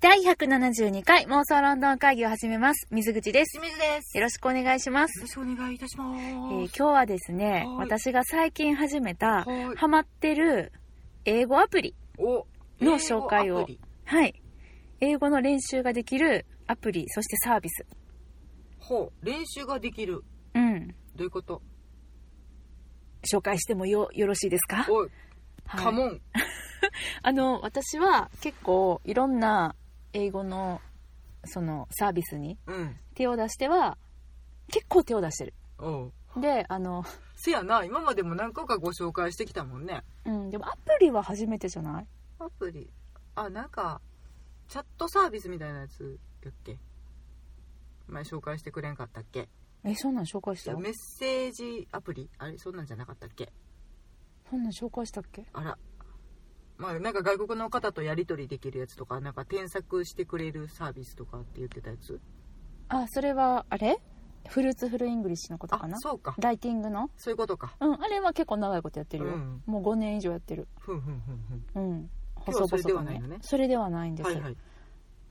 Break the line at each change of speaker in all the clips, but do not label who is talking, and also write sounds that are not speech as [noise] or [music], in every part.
第172回妄想ロンドン会議を始めます。水口です。
清水です。
よろしくお願いします。
よろしくお願いいたしま
えー
す。
今日はですね、
はい
私が最近始めた、
はい
ハマってる英語アプリ。
お
の紹介を
英語アプリ
はい。英語の練習ができるアプリ、そしてサービス。
ほう練習ができる
うん。
どういうこと？
紹介してもよ、よろしいですか
おい
はい
カモン
あの、私は結構いろんな英語の、その、サービスに
うん
手を出しては、結構手を出してる。
おう
で、あの、
せやな今までも何個かご紹介してきたもんね。
うん、でもアプリは初めてじゃない
アプリあなんかチャットサービスみたいなやつやっけ？前紹介してくれんかったっけ？
え、そんなん紹介した
メッセージアプリあれそんなんじゃなかったっけ？
そんなん紹介したっけ
あら。まあ、なんか外国の方とやり取りできるやつとかなんか添削してくれるサービスとかって言ってたやつ
あ、それは、あれフルーツフルイングリッシュのことかな
あそうか
ライティングの
そういうことか
うん、あれは結構長いことやってるよ。
うん
もう5年以上やってる。
ふんふんふんふん
うん。
今日はそれでは
と
ないのね
それではないんです。
はいはい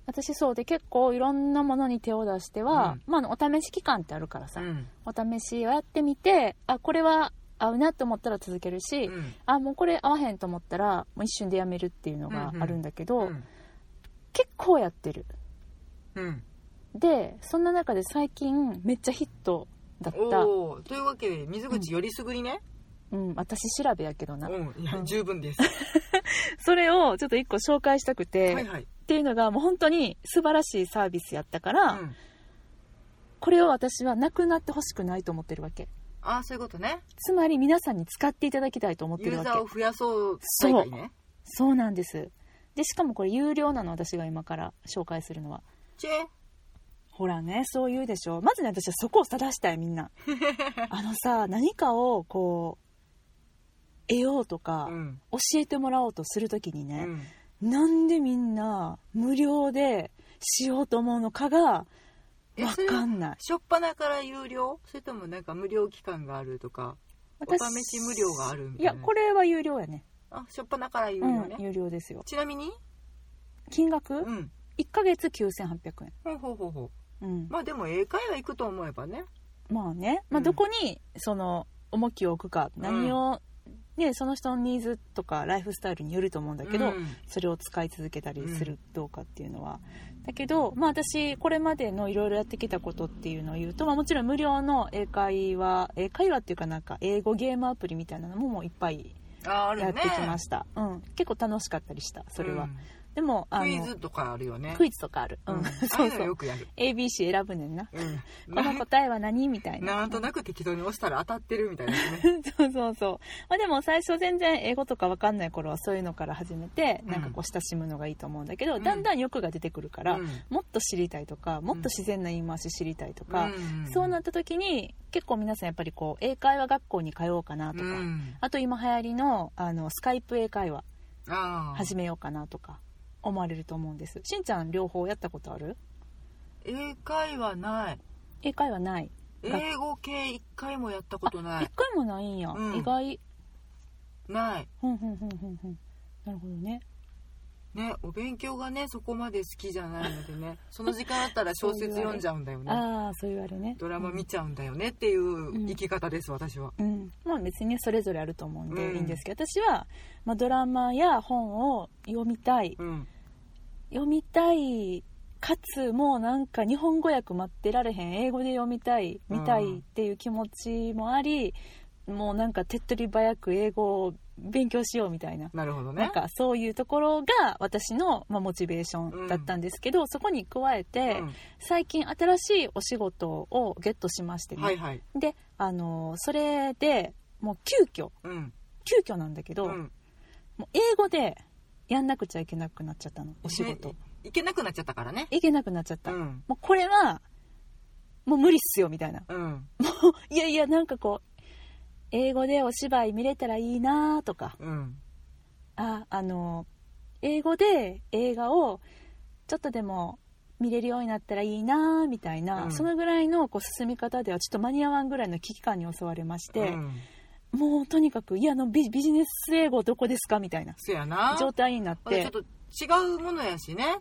私そうで結構いろんなものに手を出しては、まあ、あのお試し期間ってあるから
う
さ、
ん
お試しをやってみてあこれは合うなと思ったら続けるし、
うん
あもうこれ合わへんと思ったらもう一瞬でやめるっていうのがあるんだけど、
うん
結構やってる
うん
でそんな中で最近めっちゃヒットだった、
おおというわけで水口よりすぐりね
うん、私調べやけど
う
な、
んいうや
ん
十分です
それをちょっと一個紹介したくて、
はい
っ
はい
ていうのがもう本当に素晴らしいサービスやったから、
うん
これを私はなくなってほしくないと思ってるわけ
ああそういうことね
つまり皆さんに使っていただきたいと思って
ユ
る
ー
わ
ザーを
け
増やそう大会ね
そうなんですでしかもこれ有料なの私が今から紹介するのは
チェ
ほらねそう言うでしょまずね私はそこを正したいみん
[laughs]
なあのさ何かをこう得ようとか、
うん
教えてもらおうとするときに
う
ね、
ん
なんでみんな無料でしようと思うのかが
え
わ
それ
か
は
んない
初っ端から有料それともなんか無料期間があるとかお
私
試し無料があるみ
い
たい
や
な
これは有料やね
あ初っ端から有料
うん
ね
有料ですよ
ちなみに
金額、
うん
1ヶ月9800円
ほうほうほうほ
うん
うまあでも英会話行くと思えばね
まあね、ま
う
あ、
ん
どこにその重きを置くか、何を、ね、その人のニーズとかライフスタイルによると思うんだけど、
うん
それを使い続けたりするどうかっていうのは、だけど、まあ、私これまでのいろいろやってきたことっていうのを言うと、まあ、もちろん無料の英会話英会話っていうかなんか英語ゲームアプリみたいなのももういっぱい
ああるね
やってきました、うん、結構楽しかったりしたそれは、でも
うん
あの
クイズとかあるよね
ク
イ
イズとかある、
う、
うんん、
ああ
[laughs] そ
いううの
そ
よ
う
くやる、
ABC 選ぶねんな [laughs]
うん、
この答えは何みたいな
なんとなく適当に押したら当たってるみたいなね
[laughs] そうそうそう、まあ、でも最初全然英語とか分かんない頃はそういうのから始めて
うん
なんかこう親しむのがいいと思うんだけど、
うん
だんだん欲が出てくるから、
うん
もっと知りたいとかもっと自然な言い回し知りたいとか、
ん
そうなった時に結構皆さんやっぱりこう英会話学校に通おうかなとか、
うん
あと今流行りのあのスカイプ英会話
ああ
始めようかなとか思われると思うんですしんちゃん両方やったことある
英会話ない
英会話ない
英語系一回もやったことな
一
い
回もないんや、
うん
意外
ない
ふんふんふんふんふんなるほどね
ねお勉強がねそこまで好きじゃないのでねその時間あったら小説読んじゃうんだよね
ああそういうあれね
ドラマ見ちゃうんだよねっていう生き方です私は
うん、まあ別にねそれぞれあると思うん
うん
でいいんですけど、私は、まあ、ドラマや本を読みたい
うん
読みたいかつもうなんか日本語訳待ってられへん英語で読みたい見たいっていう気持ちもあり、もうなんか手っ取り早く英語を勉強しようみたいな。
なるほどね
なんかそういうところが私の、まあ、モチベーションだったんですけど、そこに加えて、
う
最近新しいお仕事をゲットしまして
ん
ね、
はいはい
であのそれでもう急遽
うん
急遽なんだけど、
うん
もう英語でやんなくちゃいけなくなっちゃったのお仕事
ね行けなくなっちゃったからね
いけなくなっちゃった、
ん
もうこれはもう無理っすよみたいな
うん
いやいやなんかこう英語でお芝居見れたらいいなとか
うん
ああの英語で映画をちょっとでも見れるようになったらいいなみたいな、
うん
そのぐらいのこう進み方ではちょっと間に合わんぐらいの危機感に襲われまして、
うん
もうとにかくいやあのビビジネス英語どこですかみたいな
そやな
状態になっ
またち
て
ょっと違うものやしね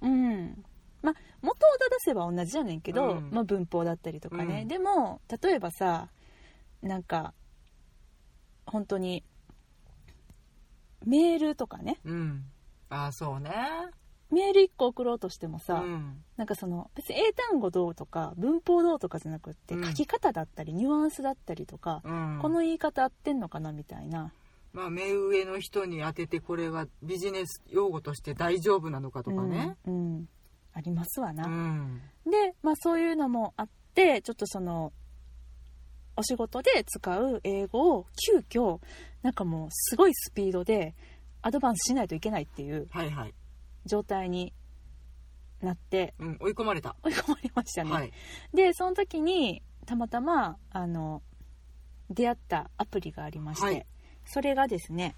うんまあ元を正せば同じやねんけど、
うん
まあ、文法だったりとかね、
うん
でも例えばさなんか本当にメールとかね
うんああそうね
メール1個送ろうとしても
う
さ、
ん
なんかその別に英単語どうとか文法どうとかじゃなくって
うん
書き方だったりニュアンスだったりとか、
うん
この言い方合ってんのかなみたいな
まあ目上の人に当ててこれはビジネス用語として大丈夫なのかとかね
うんうんありますわ
う
な、
ん
で、まあ、そういうのもあってちょっとそのお仕事で使う英語を急遽なんかもうすごいスピードでアドバンスしないといけないっていう
はいはい、
状態になって
うん、追い込まれた、
追い込まれましたね、
はい
でその時にたまたまあの出会ったアプリがありまして、
はい
それがですね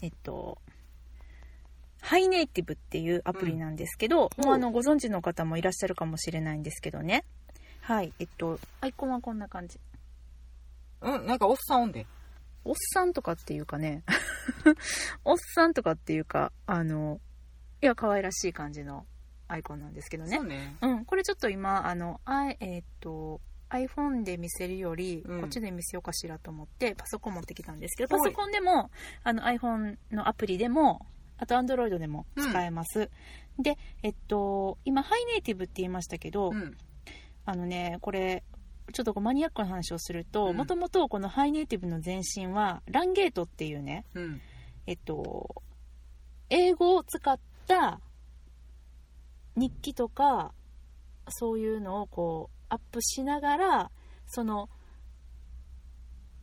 えっとハイネイティブっていうアプリなんですけど、
うん
もうあのご存知の方もいらっしゃるかもしれないんですけどねはいえっとアイコンはこんな感じ
うんなんかおっさんおんで
おっさんとかっていうかね [laughs] おっさんとかっていうかあのいや可愛らしい感じのアイコンなんですけどね
そうね
うん、これちょっと今あのあえーっと iPhone で見せるより、
うん
こっちで見せようかしらと思ってパソコン持ってきたんですけどパ
はい
ソコンでもあの iPhone のアプリでもあと Android でも使えます、でえっと今ハイネイティブって言いましたけど、
うん
あのねこれちょっとこうマニアックな話をすると
うん
もともとこのハイネイティブの前身はランゲートっていうね
うん
えっと、英語を使った日記とかそういうのをこうアップしながらその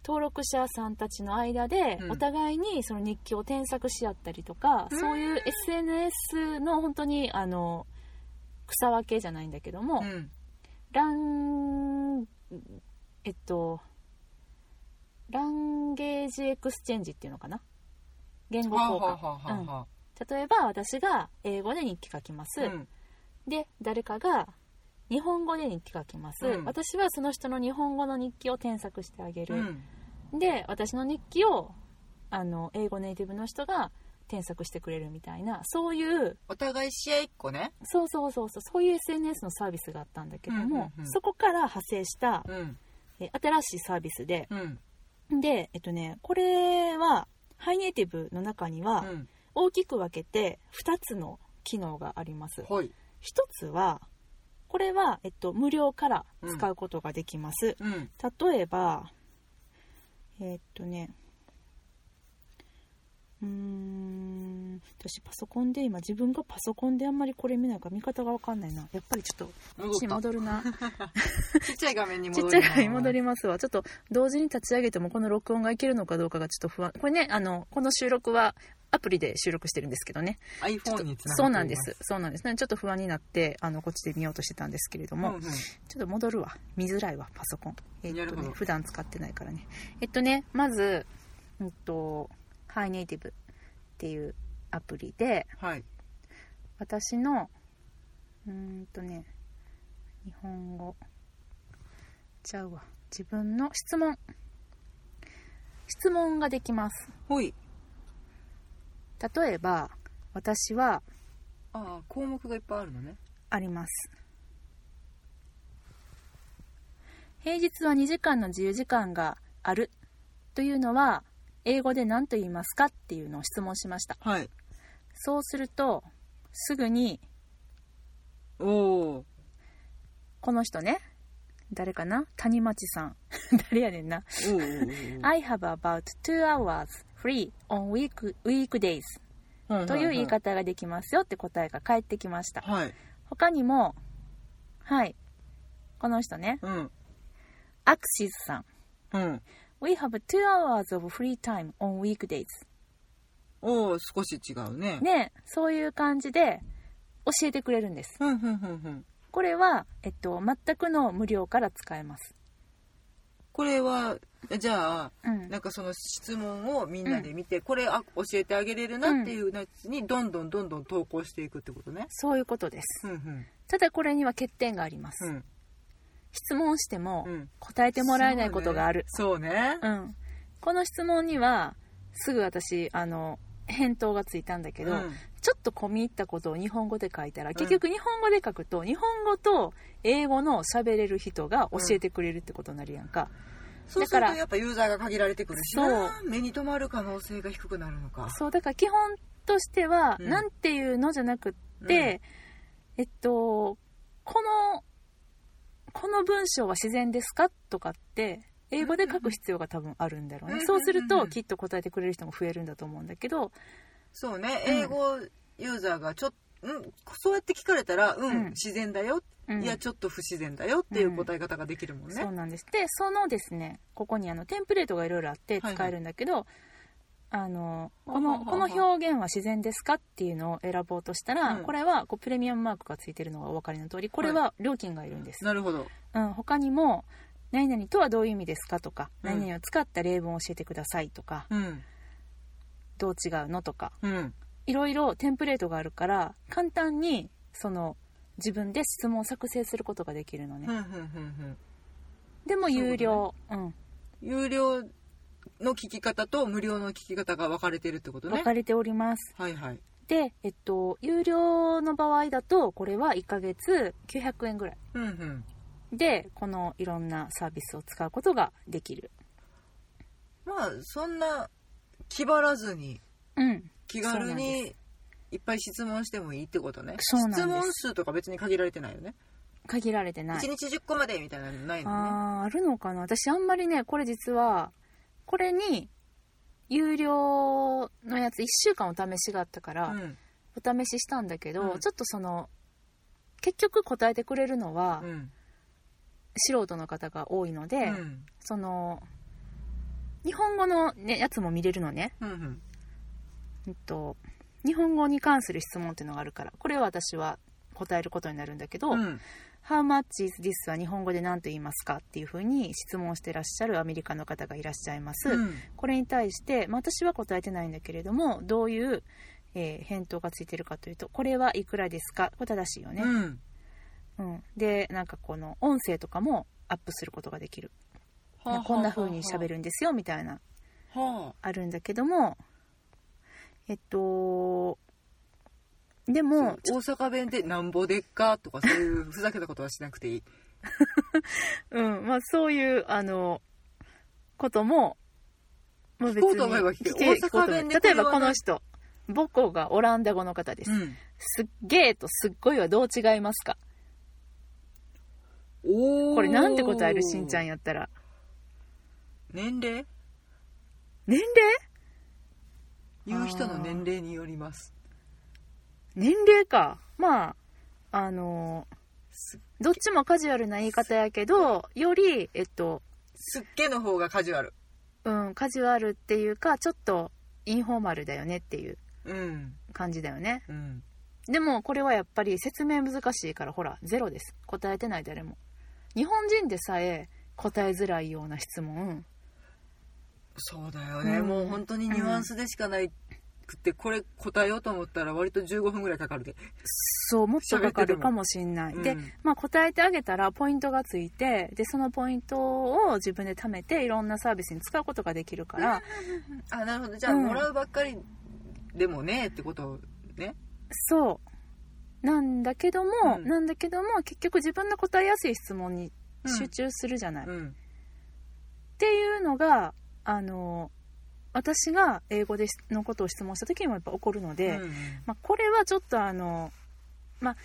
登録者さんたちの間で
うん
お互いにその日記を添削し合ったりとか、
うん
そういう SNS の本当にあの草分けじゃないんだけども、
うん
ランえっとランゲージエクスチェンジっていうのかな言語
はあ
交
はあ
換
はあはあはあ
例えば私が英語で日記書きます、
うん
で誰かが日本語で日記書きます、
うん
私はその人の日本語の日記を添削してあげ
う
る、
ん
で私の日記をあの英語ネイティブの人が添削してくれるみたいなそういう
お互い試合一個ね
そうそうそうそうそういう SNS のサービスがあったんだけども、
うんうんうん
そこから派生した
うん
え新しいサービスで、
うん
で、えっとね、これは、ハイネイティブの中に
う
は、
ん
大きく分けて2つの機能があります。1
ほい
つは、これは、えっと、無料から使うことができます。
うん
例えば、えっとね、うーん、私パソコンで今自分がパソコンであんまりこれ見ないから見方がわかんないな。やっぱりちょっと、こっちに
戻った
戻るな。
ちっちゃい画面に
ちっ
戻
ちゃ
り
い回に戻りますわ。ちょっと同時に立ち上げてもこの録音がいけるのかどうかがちょっと不安。これね、あの、この収録はアプリで収録してるんですけどね。ちょっ
iPhone
と
につながって
そうなんで
い
す。そうなんです。なのでちょっと不安になって、あの、こっちで見ようとしてたんですけれど
ま
も、
すうんう
ち
ん
ょっと戻るわ。見づらいわ、パソコン。え
な
っ
る
と
ほど
ね、普段使ってないからね。えっとね、まず、うんと、ハイネイティブっていうアプリで、
はい
私のうーんとね日本語ちゃうわ自分の質問質問ができます
ほい
例えば私は
ああ項目がいっぱいあるのね
あります平日は2時間の自由時間があるというのは英語で何と言いますかっていうのを質問しました
はい
そうするとすぐに
おお
この人ね誰かな谷町さん [laughs] 誰やねんな
おお
I have about two hours free on week, weekdays
お
という言い方ができますよって答えが返ってきました
はい
他にもはいこの人ね
うん
アクシズさん
うん
We have two hours of free time on weekdays
おお少し違うね
ねそういう感じで教えてくれるんです
うんうんうんうん
これは、えっと、全くの無料から使えます、
これはじゃあ
うん、
なんかその質問をみんなで見て、これあ教えてあげれるなっていうやつにどんどんどんどん投稿していくってことね。
そういうことです
うんうん
ただこれには欠点があります、
うん
質問しても
うん。
答えてもらえないことがある
そうね。
う,、んこの質問にはすぐ私あの返答がついたんだけど、
うん
ちちょっと込み入ったことを日本語で書いたら、
ん
結局日本語で書くと日本語と英語の喋れる人が教えてくれるってことになるやんか、
そうす
だか
る
ら
とやっぱユーザーが限られてくるし
そう
な目に留まる可能性が低くなるのか
そうだから基本としては、
うん
なんていうのじゃなくって、えっとこのこの文章は自然ですかとかって英語で書く必要が多分あるんだろうね、
うん
そうする
うんうん
と
うん
きっと答えてくれる人も増えるんだと思うんだけど
そうね
うん
英語ユーザーがちょっうん、そうやって聞かれたら、うん、
うん
自然だよ、
うん
いや、ちょっと不自然だよっていう答え方ができるもんね。
そうなんですでそのですねここにあのテンプレートがいろいろあって
はいはい
使えるんだけど、あのこ
はは
の
は
この表現は自然ですかっていうのを選ぼうとしたら、
うん
これはこうプレミアムマークがついてるのがお分かりの通りこれは料金がいるんです、
なるほど。
うん、他にも「何々とはどういう意味ですか?」とか「
うん
何々を使った例文を教えてください」とか
うん。
「どう違うの?」とか
うん。
いろいろテンプレートがあるから簡単にその自分で質問を作成することができるの
ふ
ね、
んふんふんふん。
でも有料うん
有料の聞き方と無料の聞き方が分かれてるってことね
分。かれております
はいはい。
でえっと有料の場合だとこれは1ヶ月900円ぐらい
うんうん。
でこのいろんなサービスを使うことができる
まあそんな気張らずに
うん
気軽
そうなんで
にいっぱい質問してもいいってことね。
そうなんです
質問数とか別に限られてないよね。
限られてない
一日10個までみたいなのないのね。
あーあるのかな私あんまりねこれ実はこれに有料のやつ1週間お試しがあったから、
うん
お試ししたんだけど、
うん
ちょっとその結局答えてくれるのは、
うん
素人の方が多いので、
うん
その日本語の、ね、やつも見れるのね、
うんうん
うんと、日本語に関する質問っていうのがあるからこれは私は答えることになるんだけど「
うん
How much is this?」は日本語で何と言いますかっていうふうに質問してらっしゃるアメリカの方がいらっしゃいます。
うん
これに対して、まあ、私は答えてないんだけれどもどういう、えー返答がついてるかというとこれはいくらですかこれ正しいよね、
うん
うんでなんかこの音声とかもアップすることができるこんな風に喋
る。
るんですよみたいな
は
あるんだけどもえっとで
あ。
も
大阪弁でなんぼでっかとかそういうふざけたことはしなくていい。
うんまあ、そういうあのことも、まあ、
聞こうと思えば聞ける
聞ける
大阪
聞こうと思えば
弁で
例えば
こ
こ
れ
の
はね
人母校がオランダ語の方です、
うん。
すっげーとすっごいはどう違いますか
おー
これなんて答えるしんちゃんやったら
年齢
年齢
言う人の年齢によります
年齢かまああの
す
ーどっちもカジュアルな言い方やけどよりえっと
すっげの方がカジュアル
うんカジュアルっていうかちょっとインフォーマルだよねっていう
うん
感じだよね
うん
でもこれはやっぱり説明難しいからほらゼロです答えてない誰も日本人でさえ答えづらいような質問
そうだよね、
うん
もう本当にニュアンスでしかないくってこれ答えようと思ったら割と15分ぐらいかかるで、
そうもっとかかるかもしんない、
うん
でまあ、答えてあげたらポイントがついてでそのポイントを自分で貯めていろんなサービスに使うことができるから
あなるほどじゃあ、
うん
もらうばっかりでもねってことね
そうなんだけども、
うん
なんだけども結局自分の答えやすい質問に
うん
集中するじゃない、
う
っ
ん
ていうのがあの私が英語でしのことを質問した時にもやっぱ起こるので、
うん
まあ、これはちょっとあのまあ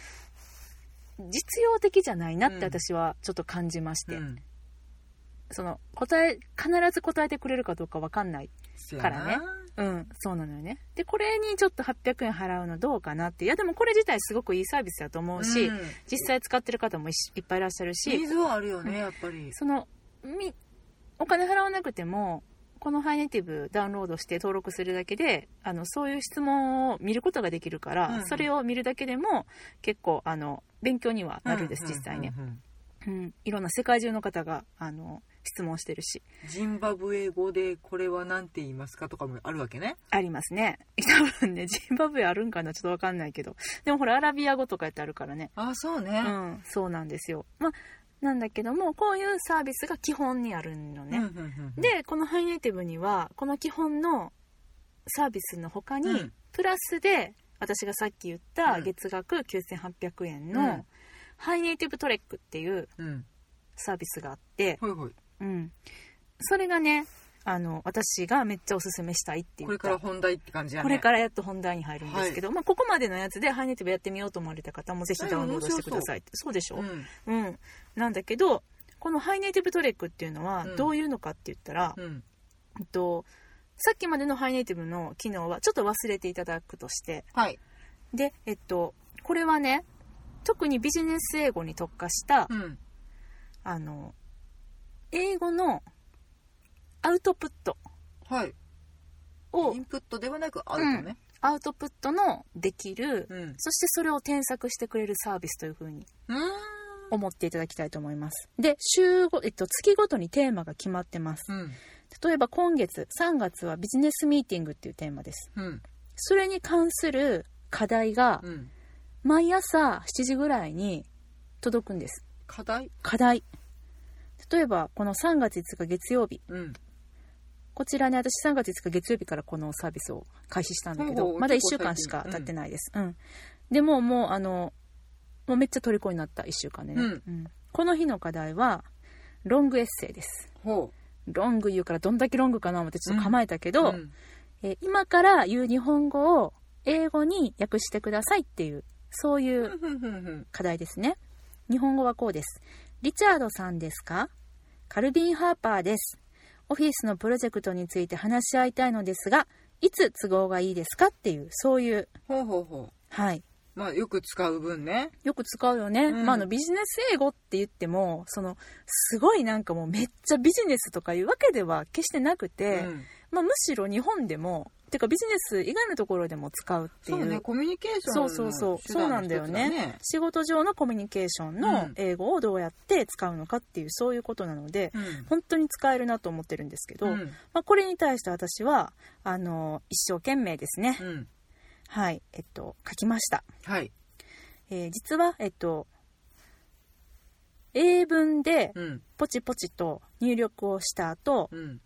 実用的じゃないなって私はちょっと感じまして、
うん
その答え必ず答えてくれるかどうかわかんない
せやな
からねうん、そうなのよね。で、これにちょっと800円払うのどうかなって。いや、でもこれ自体すごくいいサービスだと思うし、
うん
実際使ってる方もいしいっぱいいらっしゃる
ニ
し
ー、ズはあるよねやっぱり
その、み、お金払わなくても、このハイネイティブダウンロードして登録するだけで、あの、そういう質問を見ることができるから、
うんうん
それを見るだけでも結構、あの、勉強にはなるんです、
うん
実際ね。
うんうん
うん。いろんな世界中の方が、あの、質問してるし。
ジンバブエ語でこれは何て言いますかとかもあるわけね
ありますね。 [laughs] 多分ね、ジンバブエあるんかなちょっとわかんないけど。でもほら、アラビア語とかやってあるからね。
あそうね、
うん、そうなんですよ。まあ、なんだけども、こういうサービスが基本にあるのね。
うんうんうん
で、このハイネイティブには、この基本のサービスの他に、
うん
プラスで、私がさっき言った
うん
月額9800円
う
の、
ん
ハイネイティブトレックっていう
うん
サービスがあって、
ほいほい
うん、それがねあの私がめっちゃおすすめしたいって言った
これから本題って感じやね
これからやっと本題に入るんですけど、まあ、ここまでのやつでハイネイティブやってみようと思われた方もぜひダウンロードしてくださいってそうでしょ、
うん
うんなんだけどこのハイネイティブトレックっていうのは
うん
どういうのかって言ったら、
うん
えっと、さっきまでのハイネイティブの機能はちょっと忘れていただくとして
はい
で、えっと、これはね特にビジネス英語に特化した、
うん
あの英語のアウトプット
はい
を
インプットではなくあるとね
アウトプットのできる、
うん
そしてそれを添削してくれるサービスというふうに
うーん
思っていただきたいと思いますで週ご、えっと、月ごとにテーマが決まってます
うん
例えば今月3月はビジネスミーティングっていうテーマです
うん
それに関する課題が
うん
毎朝7時ぐらいに届くんです
課題
課題例えばこの3月5日月曜日
うん
こちらね、私3月5日月曜日からこのサービスを開始したんだけ
ほう
ど
ほ、う
まだ1週
結構
間
最
し
近
か経ってないです。うん。でももう、あの、もうめっちゃ虜になった1週間でね、
うん
この日の課題は、ロングエッセイです。
ほ
ロング言うからどんだけロングかな思ってちょっと構えたけ
う
ど、
うん
えー今から言う日本語を英語に訳してくださいっていう、そういう
ふんふんふん
課題ですね日本語はこうですリチャードさんですかカルビン・ハーパーですオフィスのプロジェクトについて話し合いたいのですがいつ都合がいいですかっていうそういう
ほうほうほ
はい
うんまあよく使う分ね
よく使うよね、
うん
まあ、あのビジネス英語って言ってもそのすごいなんかもうめっちゃビジネスとかいうわけでは決してなくて、
うん
まあ、むしろ日本でもてかビジネス以外のところでも使うってい
そうねコミュニケーションの
そうそうそう
手段
そ
の
うなんだよね
一つだね
仕事上のコミュニケーション
う
の
ん
英語をどうやって使うのかっていうそういうことなので
うん
本当に使えるなと思ってるんですけど、
うん
まあ、これに対して私はあの一生懸命ですね、
うん
はいえっと書きました、
はい
えー実はえっと英文で
うん
ポチポチと入力をした後
うん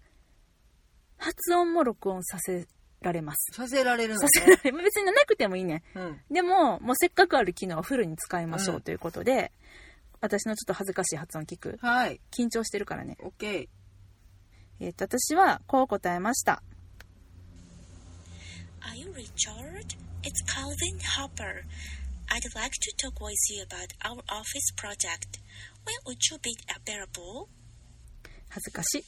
発音も録音させられます
させられるの
さ
ね
せられ別になくてもいいね
うん
でももうせっかくある機能をフルに使いましょ
う
うんということで、私のちょっと恥ずかしい発音聞く
はい
緊張してるからね、
オッケー
えー、と私はこう答えました
Are you Richard? It's Calvin Harper. I'd like to talk with you about our office project. When would you be available?
恥ずかし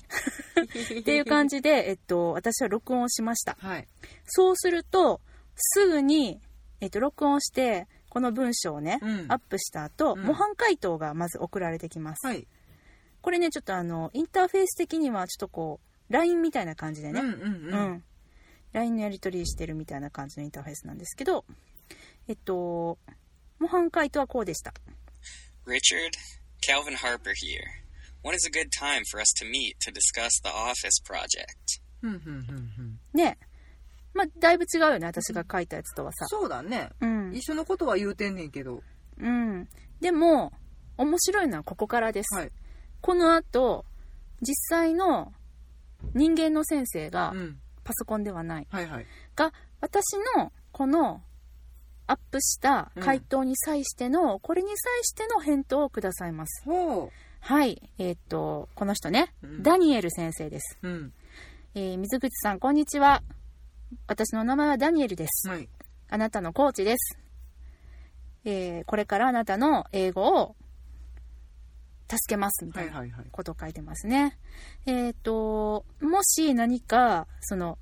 いっていう感じ
[laughs]
で、えっと、私は録音をしました
はい
そうするとすぐに、えっと、録音してこの文章をね、
うん
アップした後、
うん
模範解答がまず送られてきます、
はい
これねちょっとあのインターフェース的にはちょっとこう LINE みたいな感じで
うん
ね、
うん
う
うん
ん、LINE のやり取りしてるみたいな感じのインターフェースなんですけどえっと模範解答はこうでした
Richard, Calvin Harper here. When is a good time for us to meet to discuss the office project?
うんうんうんうん
ねまあだいぶ違うよね私が書いたやつとはさ
そうだね
うん
一緒のことは言うてんねんけど
うん、でも面白いのはここからです、
はい
このあと実際の人間の先生が、
うん
パソコンではない
はいはい
が私のこのアップした回答に際しての、これに際しての返答をくださいます
ほ
はいえーっとこの人ね、
うん
ダニエル先生です、
ううん
えー水口さんこんにちは私の名前はダニエルです、
はい
あなたのコーチです。えーこれからあなたの英語を助けますみた
はいい
な
はいはい
ことを書いてますね。えっ、と、もし何か、その、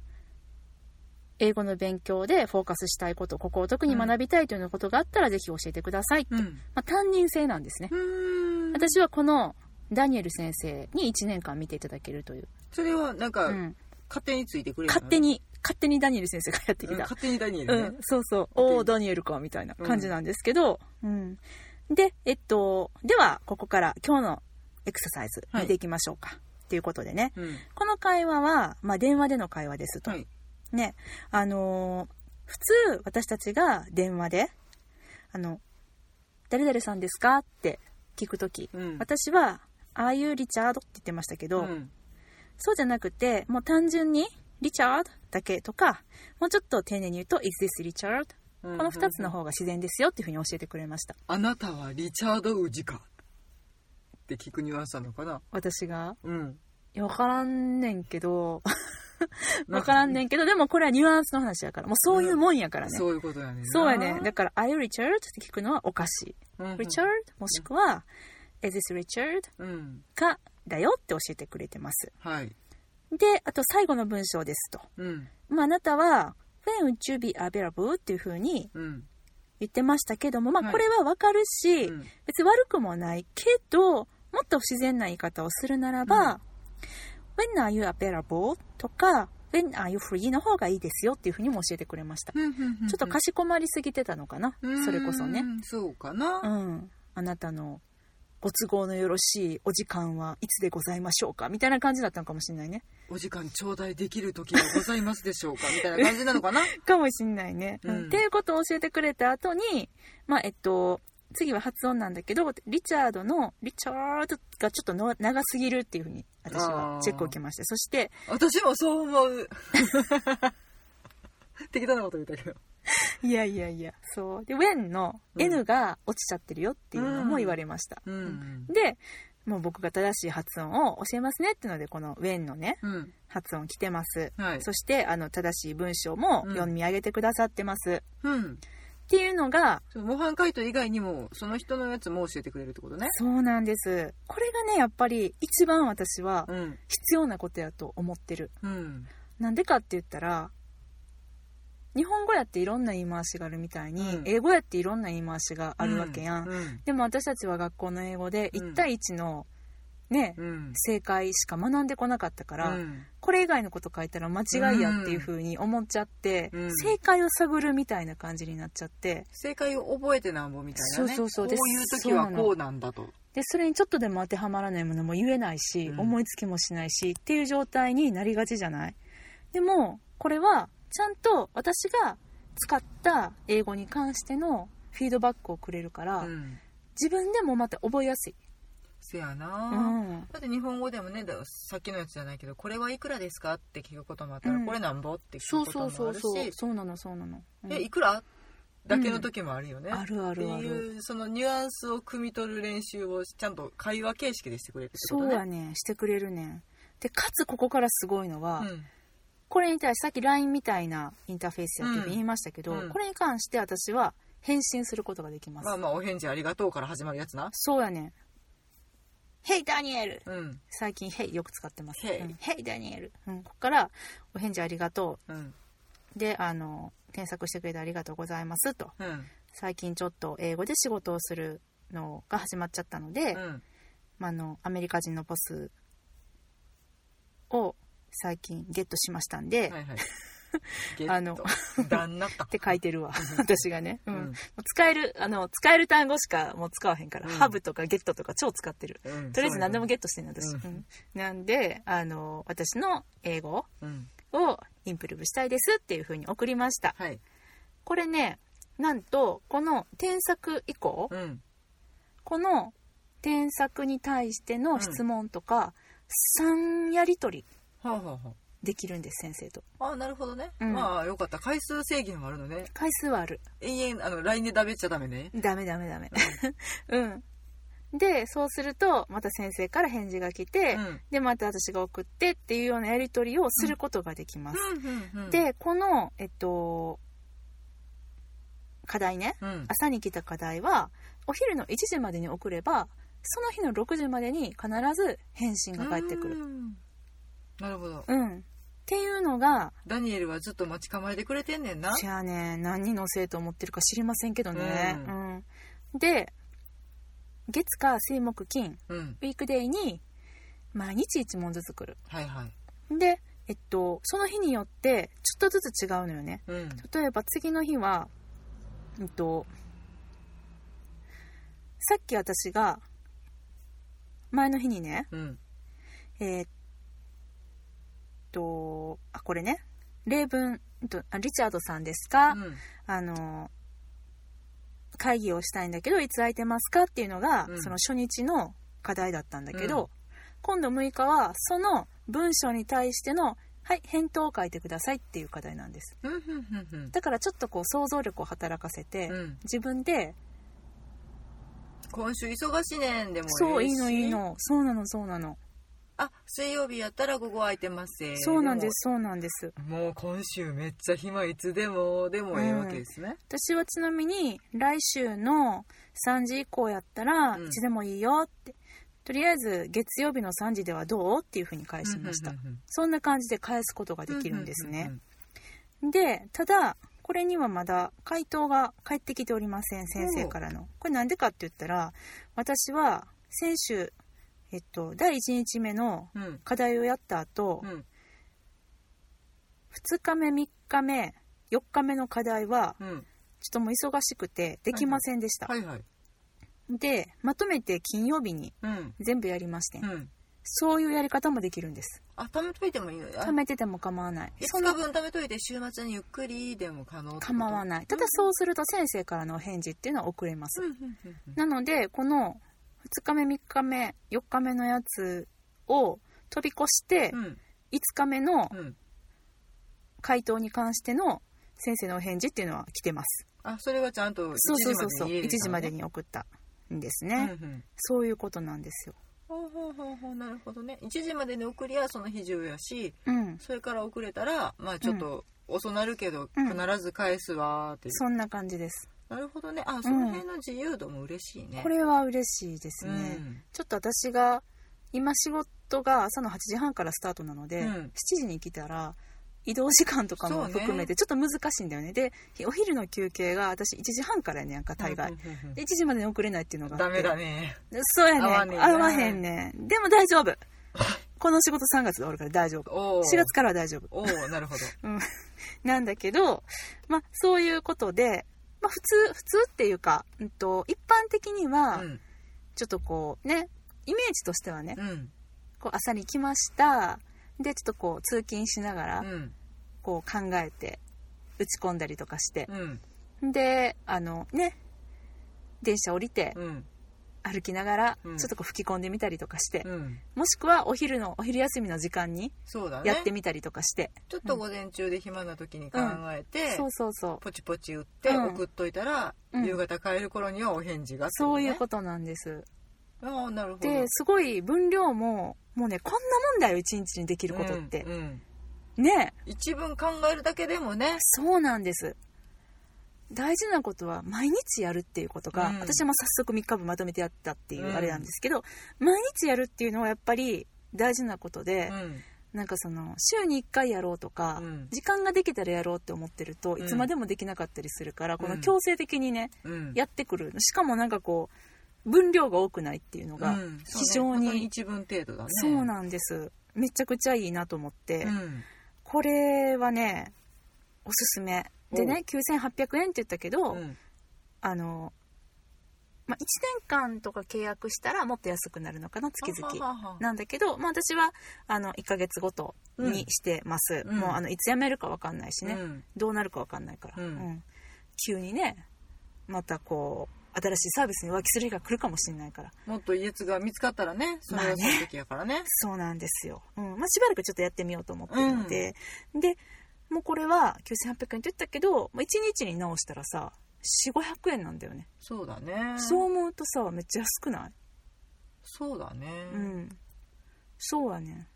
英語の勉強でフォーカスしたいこと、ここを特に学びたいというようなことがあったら、ぜひ教えてください。
う
ま
ん
あ、担任制なんですね。
うーん
私はこのダニエル先生に1年間見ていただけるという。
それはなんか
うん
勝手についてくれるの
勝手に、勝手にダニエル先生がやって
う
き
ん
た。
勝手にダニエ
う
ルね
ん、そうそう。
うん
おー、ダニエルか、みたいな感じなんですけど、うん。で、えっと、では、ここから今日のエクササイズ
はい
見ていきましょうか。ということでね。
うん
この会話は、まあ、電話での会話ですと。
はい
ね。あのー普通、私たちが電話で、あの、誰々さんですかって聞くとき、
うん
私は、ああいうリチャードって言ってましたけど、
うん
そうじゃなくて、もう単純に、リチャードだけとか、もうちょっと丁寧に言うと、is this Richard?
こ
この2つの方が自然ですよっていうふうに教えてくれました
あなたはリチャード・ウジかって聞くニュアンスなのかな
私が
うん
いやわからんねんけ
[laughs]
どわからんねんけどでもこれはニュアンスの話やからもうそういうもんやからね、
そういうことやねんな
そうやねだから「I Richard」って聞くのはおかしい
うんう
「
ん
Richard」もしくは「Is this Richard?」
うん
かだよって教えてくれてます
はい
であと最後の文章ですと、
うん
まあ、あなたは「When would you be available?」っていうふうに
うん
言ってましたけども、ま
は
あ、
い
これはわかるし、
うん
別に悪くもないけどもっと不自然な言い方をするならば「When are you available?」とか「When are you free?」の方がいいですよっていうふうにも教えてくれました、
うんうんうんうん
ちょっとかしこまりすぎてたのかな、それこそね
う、んそうか
う、
なん
あなたのご都合のよろしいお時間はいつでございましょうかみたいな感じだったのかもしれないね
お時間頂戴できる時はございますでしょうかみたいな感じな
[laughs]
のかな
かもしんないね。うん
うん
っていうことを教えてくれた後に、まあ、えっと、次は発音なんだけど、リチャードの、リチャードがちょっとの長すぎるっていうふうに、私は
あー
チェックを受けました。そして、
私もそう思う [laughs] 適当なこと言ったけど
いやいやいや、そう。で、when の
うん
N が落ちちゃってるよっていうのも言われました。
うん
で、もう僕が正しい発音を教えますねっていうので、この when のね、
うん
発音来てます。
はい
そして、あの、正しい文章も
うん
読み上げてくださってます。っ
うん
ていうのが、
そう模範解答以外にもその人のやつも教えてくれるってことね
そうなんです。これがね、やっぱり一番私は
うん
必要なことやと思ってる。
うん
なんでかって言ったら、日本語やっていろんな言い回しがあるみたいに、
うん
英語やっていろんな言い回しがあるわけやん。
うん
でも私たちは学校の英語で
うん
1対1のね、
うん
正解しか学んでこなかったから、
うん
これ以外のこと書いたら間違いやっていう風に思っちゃって、
うん
正解を探るみたいな感じになっちゃって、
正解を覚えてなんぼみたいなね
そうそうそう
こういう時はこうなんだと
でそれにちょっとでも当てはまらないものも言えないし、
うん
思いつきもしないしっていう状態になりがちじゃないでもこれはちゃんと私が使った英語に関してのフィードバックをくれるから、
うん
自分でもまた覚えやすい、
せや
う
な、
ん、
だって日本語でもねださっきのやつじゃないけどこれはいくらですかって聞くこともあったら、
うん
これなんぼって聞
そう
くことも
そ
あ
う
るしそ
そうそうそうなのそうなの、うん
えいくらだけの時もあるよね、
あるあるあ
って
る
いうそのニュアンスを汲み取る練習をちゃんと会話形式でしてくれるって
そ
こと
う
ね
やねしてくれるねんでかつここからすごいのは、
うん
これに対してさっき LINE みたいなインターフェースやって言いましたけど、
うんうん
これに関して私は返信することができます
まあまあお返事ありがとうから始まるやつな
そうやねん。Hey, Daniel!
うん
最近 Hey よく使ってます。
Hey
うん hey Daniel! うん、ここからお返事ありがと
うん
う。で、あの、添削してくれてありがとうございますと。
うん
最近ちょっと英語で仕事をするのが始まっちゃったので、
うん
まあ、あの、アメリカ人のボスを最近ゲットしましたんで、
はい
っ [laughs]
はいゲット
あの
[laughs] 旦那か
て書いてるわ。 [laughs] 私がね。うん。
うん
もう使える、あの、使える単語しかもう使わへんから、
うん
ハブとかゲットとか超使ってる。
うん
[laughs] とりあえず何でも
ゲ
ゲットしてんの私、
うん
うんなんであの私の英語
うん
をインプルーブしたいですっていう風に送りました
はい
これねなんとこの添削以降
うん
この添削に対しての質問とか、3やり取り
はあはあは
できるんです先生と
ああなるほどね、
うん
まあよかった回数制限はあるのね
回数はある
永遠あの LINE でダメっちゃダメね
ダメダメダメうんで [laughs] そうするとまた先生から返事が来て、
うん
でまた私が送ってっていうようなやり取りをすることができます、
うんうん
でこのえっと課題ね
うん
朝に来た課題はお昼の1時までに送ればその日の6時までに必ず返信が返ってく
う
る
んなるほど
うん、っていうのが
ダニエルはずっと待ち構えてくれてんねんな
じゃあね何人の生徒を持ってるか知りませんけどね、う
うん
で月火水木金
うん
ウィークデイに毎日1問ずつ来る
はいはい
でえっとその日によってちょっとずつ違うのよね
うん
例えば次の日は、うんと、さっき私が前の日にね
うん
えーっとあこれね例文うんとあリチャードさんですか、
うん
あの会議をしたいんだけどいつ空いてますかっていうのが、
うん
その初日の課題だったんだけど、
うん
今度6日はその文章に対してのはい返答を書いてくださいっていう課題なんです
うんうんうん
だからちょっとこう想像力を働かせて、
うんうん
自分で
今週忙しいねんでも
そう
し
いいのいいのそうなのそうなの
あ水曜日やったら午後空いてますえー
そうなんですそうなんです
でももう今週めっちゃ暇いつでもでもええわけですね、
私はちなみに来週の3時以降やったら
うん
いつでもいいよって、とりあえず月曜日の3時ではどうっていうふうに返しました、
うんうんうん
そんな感じで返すことができるんです
う
ね
う、ん
でただこれにはまだ回答が返ってきておりません先生からのこれなんでかって言ったら私は先週えっと第1日目の
うんうん
課題をやった後、
うん
2日目3日目4日目の課題は
うんうん
ちょっともう忙しくてできませんでした、
はいはい
でまとめて金曜日に
うん
全部やりましてん、
うん
そういうやり方もできるんです
あ貯めといてもいいのよ
貯めてても構わない
5
そん
日
な
分貯めといて週末にゆっくりでも可能
構わ
ない
ないただそうすると先生からのお返事っていうのは遅れます、
うんうんうんうん
なのでこの2日目3日目4日目のやつを飛び越して
うん
5日目の
うん
回答に関しての先生のお返事っていうのは来てます
あそれはちゃんと1
そうそうそうそう
時までに入れ
1
れた
時まで
のね
に送ったんです
う
ね、
んうん
そういうことなんですよ
ほうほうほうほうなるほどね1時までに送りはその日中やし
うん
それから遅れたらまあちょっと遅なるけど
うん
必ず返すわーっていう、
そんな感じです
なるほどねあその辺の自由度も嬉しいね、
これは嬉しいです
う
ね、
ん
ちょっと私が今仕事が朝の8時半からスタートなので、
うん
7時に来たら移動時間とかも含めてちょっと難しいんだよねでお昼の休憩が私1時半からやねんか大概、
うんうんうんうん
で1時までに遅れないっていうのがあ
ダ
って
メだね
そうやねん
合
合
わ
わ
ねえな
へんねんでも大
[laughs]
丈夫この仕事3月がおるから大丈夫
おお
4月からは大丈夫
おおなるほど
うん、 [laughs] なんだけど、まあ、そういうことで、まあ、普通普通っていうか、うん、と一般的には
うん
ちょっとこうねイメージとしてはね、
うん
こう朝に来ましたでちょっとこう通勤しながら
うん
こう考えて打ち込んだりとかして
うん
であのね電車降りて
うん
歩きながらち
う
ょ
ん
っとこう吹き込んでみたりとかして
うん
もしくはお昼のお昼休みの時間に
そうだね
やってみたりとかして
ちょっと午前中で暇な時に考えて、
そうそうそう
ポチポチ打って
うん
送っといたら、
うん
夕方帰る頃にはお返事がって
そういう
ね
ことなんです
ああなるほど
ですごい分量ももうねこんなもんだよ一日にできることって
うんうん
ね
一文考えるだけでもね
そうなんです大事なことは毎日やるっていうことが、
うん
私はもう早速3日分まとめてやったっていう
うん
あれなんですけど、毎日やるっていうのはやっぱり大事なことで
う、ん
なんかその週に1回やろうとか、
うん
時間ができたらやろうって思ってると
ん
いつまでもできなかったりするから、こ
う
の
ん
強制的にね、
うん
やってくるしかもなんかこう分量が多くないっていうの
う
が
んそ
非
うね
常
本当
に、
一文程度だね
そうなんですめちゃくちゃいいなと思って。
うん
これはねおすすめでね9800円って言ったけど、
うん
あの、まあ、1年間とか契約したらもっと安くなるのかな月々
ははは
なんだけど、まあ、私はあの1ヶ月ごとにしてます、
うん
もうあのいつ辞めるか分かんないしね、
うん
どうなるか分かんないから、
うん
急にねまたこう新しいサービスに浮気する日が来るかもしれないから
もっといいやつが見つかったらねそれはその時やからね,、
そうなんですよ、うんまあ、しばらくちょっとやってみようと思ってるので、でもうこれは9800円って言ったけど1日に直したらさ4500円なんだよね、
そうだね
そう思うとさめっちゃ安くない
そうだね、
うん、そうやね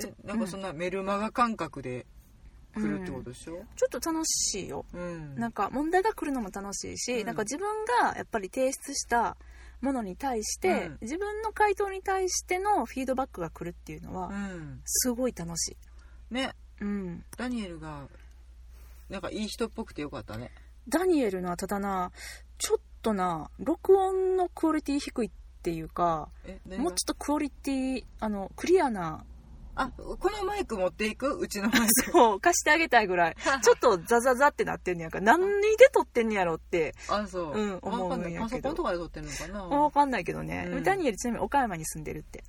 でなんかそんなメルマガ感覚で来るってことでしょ、
ちょっと楽しいよ
うん
なんか問題が来るのも楽しいし、
うん
なんか自分がやっぱり提出したものに対して、
うん
自分の回答に対してのフィードバックが来るっていうのは、
うん
すごい楽しい
ね
うん
ダニエルがなんかいい人っぽくてよかったね
ダニエルなただなちょっとな録音のクオリティ低いっていうか
え何が
もうちょっとクオリティあのクリアな
あこのマイク持っていくうちのマイ
[laughs]
ク
そう貸してあげたいぐ
[laughs]
らいちょっとザザザってなってんねやんか何で撮ってんねやろって
あそう、
うん思
わか
うんん
ない
や
パソ
けど
コンとかで撮ってるのかな
分かんないけどね、
うん
ダニエルちなみに岡山に住んでるって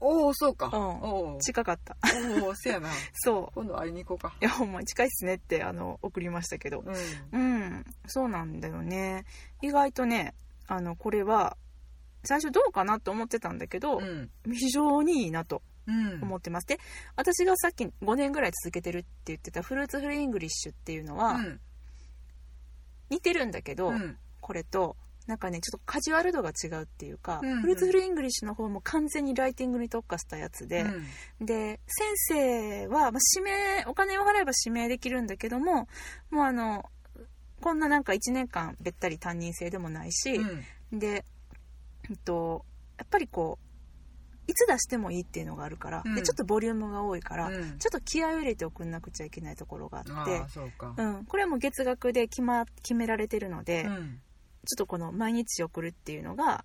おおそうか、
うん
おー
近かった [laughs]
おーせやな
そう
今度会いに行こうか
いやほんまに近いっすねってあの送りましたけど
うん
うんそうなんだよね意外とねあのこれは最初どうかなと思ってたんだけど、
うん
非常にいいなと
うん
思ってます。で、私がさっき5年ぐらい続けてるって言ってたフルーツフルイングリッシュっていうのは
うん
似てるんだけど、
うん
これと、なんかね、ちょっとカジュアル度が違うっていうか、
うんうん
フルーツフルイングリッシュの方も完全にライティングに特化したやつで、
うん
で、先生は、まあ、指名、お金を払えば指名できるんだけども、もうあの、こんななんか1年間べったり担任制でもないし、
うん
で、えっと、やっぱりこういつ出してもいいっていうのがあるから、
うん
でちょっとボリュームが多いから、
うん
ちょっと気合を入れて送んなくちゃいけないところがあ
あ
って
あそうか
うん、これはもう月額で決,、ま、決められてるので、ち
う
ょっ
ん
とこの毎日送るっていうのが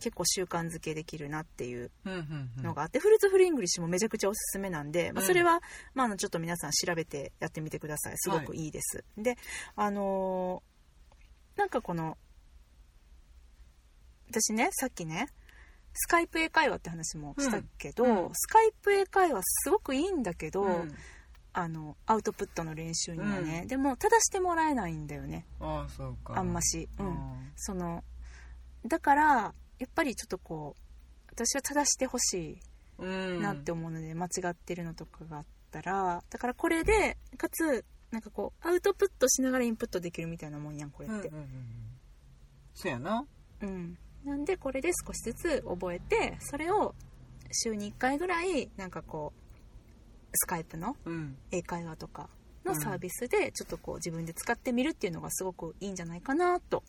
結構習慣づけできるなっていう
うんうんうん
のがあって、フルーツフルイングリッシュもめちゃくちゃおすすめなんで、まあ、
うん
それは、まあ、あのちょっと皆さん調べてやってみてくださいすごくいいです、であのーなんかこの私ねさっきねスカイプ英会話って話もしたけど、
うんうん
スカイプ英会話すごくいいんだけど、
うん
あのアウトプットの練習にはね、でもただしてもらえないんだよね
ああそうか
あんまし、
う
うんん、そのだからやっぱりちょっとこう私は正してほしい
うん
なって思うので間違ってるのとかがあったらだからこれでかつなんかこうアウトプットしながらインプットできるみたいなもんやんこれ
う
っ
んうん
て
う、んうんそうやな
うんなんでこれで少しずつ覚えてそれを週に1回ぐらいなんかこうスカイプの
うん
英会話とか
う
の
ん
サービスでちょっとこう自分で使ってみるっていうのがすごくいいんじゃないかなと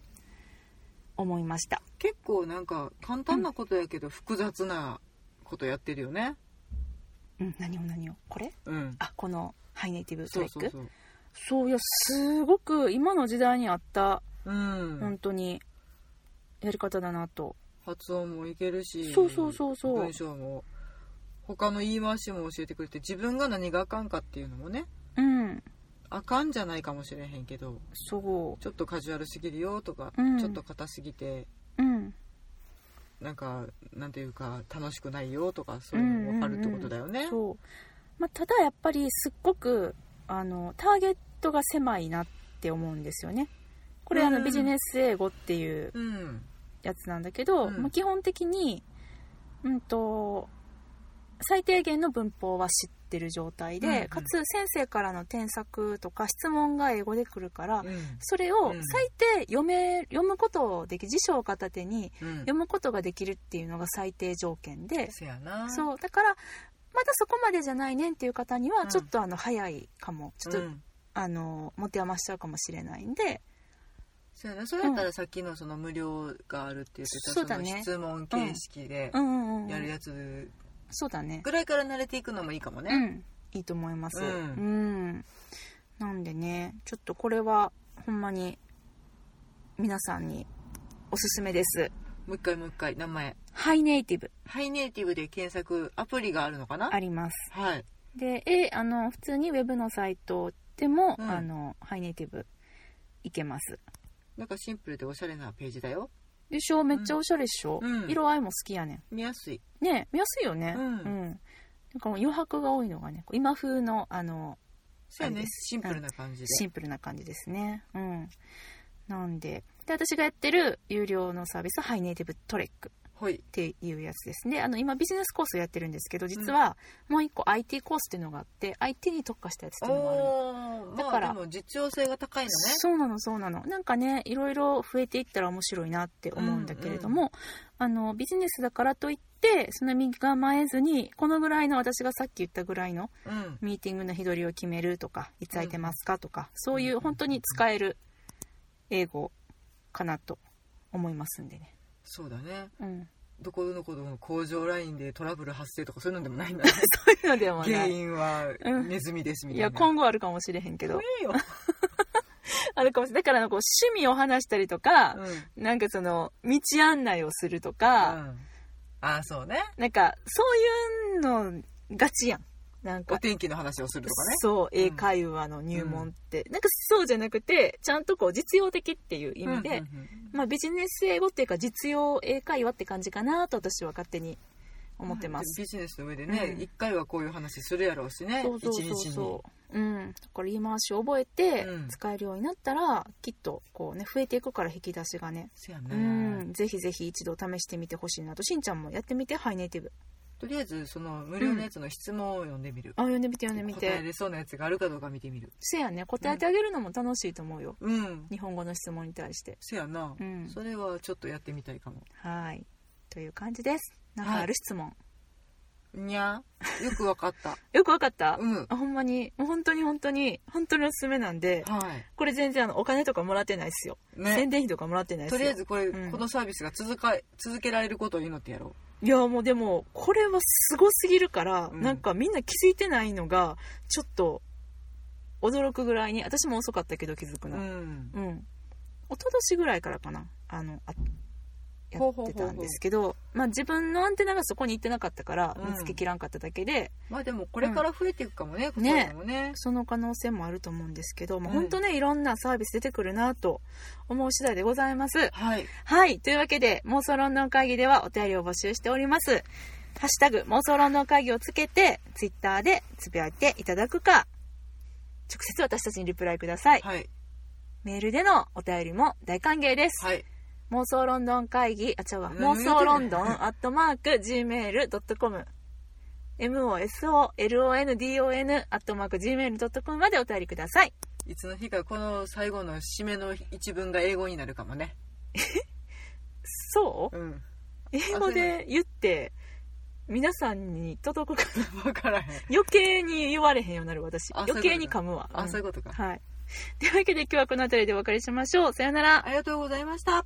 思いました
結構なんか簡単なことやけど複雑なことやってるよね
うん何を何をこれ
うん
あこのハイネイティブト
そ
リ
う
ック
そうそう
そういやすごく今の時代にあった
うん
本当にやり方だなと、
発音もいけるし
そうそうそうそう
文章も他の言い回しも教えてくれて自分が何があかんかっていうのもね
うん
あかんじゃないかもしれへんけど
そ
ちょっとカジュアルすぎるよとか、
うん
ちょっと硬すぎて
ううん
なんかなんていうか楽しくないよとかそういうのもあるってことだよね、
そう、まあ、ただやっぱりすっごくあのターゲットが狭いなって思うんですよねこれ、あ
う
の
ん
ビジネス英語っていう
うん
やつなんだけど、
うん
まあ、基本的にうんと最低限の文法は知ってる状態で、
うんうん
かつ先生からの添削とか質問が英語で来るから、
うん
それを
うん
最低読め読むことをでき辞書を片手に
うん
読むことができるっていうのが最低条件で、
せやな
そうだからまだそこまでじゃないねんっていう方に
う
は
ん
ちょっとあの早いかもちょっと、
うん
あの持て余しちゃうかもしれないんで
そうやなそれやったらさっきのその無料があるって言ってた、
そうだ
の
ね
質問形式で
うんうんうん
やるやつ
そうだね
ぐらいから慣れていくのもいいかも
う
ね、
んいいと思います
う
うんん、なんでねちょっとこれはほんまに皆さんにおすすめです
もう一回もう一回名前
ハイネイティブ
ハイネイティブで検索アプリがあるのかな
あります
はい
で、え、あの、普通にウェブのサイトでも、
うん
あの、ハイネイティブいけます。
なんかシンプルでおしゃれなページだよ
でしょめっちゃおしゃれっしょ、
うん
色合いも好きやね
見やすい
ん。ね見やすいよね。
うん
なんかもう余白が多いのがね、こう今風の、あの、
そうや
あれ
ね
です
シンプルな感じで
シンプルな感じですね。うん。なんで、で、私がやってる有料のサービス、ハイネイティブトレック。
ほい
っていうやつですね。あの、今ビジネスコースをやってるんですけど、実はもう一個 IT コースっていうのがあって、IT に特化したやつっていうのがあるの。
おお
だ
まあ
か
で
ら
も実用性が高いのね
そうなのそうなのなんかねいろいろ増えていったら面白いなって思うんだけれども、あのビジネスだからといってそんな身構えずにこのぐらいの私がさっき言ったぐらいの
うん
ミーティングの日取りを決めるとかいつ空いてますかとかそうい
うんう
うん本当に使える英語かなと思いますんでね、
そうだね
うん、
どこのこどこの工場ラインでトラブル発生とかそういうのでもないん
[laughs] [laughs]
だ
そういうのでもな
原
い
因は
うん
ネズミですみ
い
たい
や
な、
今後あるかもしれへんけど
怖えよ、
あるかもしれないだからあのこう趣味を話したりとか
う、ん
なんかその道案内をするとか、
うんああそうね
なんか、そういうのがちやん。なん
お
か、
天気の話をするとかね
そう、
ん
英会話の入門って。なんかそうじゃなくて、ちゃんとこう、実用的っていう意味で、
うんうんうん
まあビジネス英語っていうか、実用英会話って感じかなと私は勝手に思ってます。
ビジネスの上でね、
うん
一回はこういう話するやろうしね
そうそうそうそう。うん。だから言い回しを覚えて
うん
使えるようになったら、きっとこうね、増えていくから引き出しがね。
一日にせや
う
ね、
ん。ぜひぜひ一度試してみてほしいなと。しんちゃんもやってみて、ハイネイティブ。
とりあえずその無料のやつの質問を読んでみる、
あ読んでみて読んでみ
答え
て
れそうなやつがあるかどうか見てみる
せやね答えてあげるのも楽しいと思うよ、
うん
日本語の質問に対して
せやな、
うん
それはちょっとやってみたいかも
はいという感じですなんかある質問、
にゃよくわかった
[laughs] よくわかった、
うん
あほんまにもう本当に本当に本当におすすめなんで
はい
これ全然あのお金とかもらってないっすよ、宣
ね
伝費とかもらってないっす
と
よ
りあえずこれ、
うん
このサービスが続か続けられることを祈ってやろ
いやもうでもこれはすごすぎるから、
うん
なんかみんな気づいてないのがちょっと驚くぐらいに私も遅かったけど気づく
う、う
のうん、
ん、
一昨年ぐらいからかなあのあや
ほう
っ
ほうほ
て
うほ
た
う
んですけどまあ、自分のアンテナがそこに行ってなかったから
うん
見つけきらんかっただけで、
まあでもこれから増えていくかもね、こういうのもね
その可能性もあると思うんですけど、まあ、
うん
本当ね、いろんなサービス出てくるなと思う次第でございます。
はい
はい。というわけで、妄想ロンドン会議ではお便りを募集しております。ハッシュタグ、妄想ロンドン会議をつけて、ツイッターでつぶやいていただくか、直接私たちにリプライください。
はい
メールでのお便りも大歓迎です。
はい
妄想ロンドン会議、あ、違うわ、
何
妄
言う
想
てんねん
ロンドンアットマーク gmail.com、mosolondon アットマーク gmail.com までお便りください。
いつの日かこの最後の締めの一文が英語になるかもね
そう
うん [laughs]
英語で言って、皆さんに届くかな [laughs]
分からへん
余計に言われへんようになる私。
あそういうこと
余計に噛むわ。
あ
うん
そういうことか
はい。というわけで今日はこの辺りでお別れしましょう。さよなら。
ありがとうございました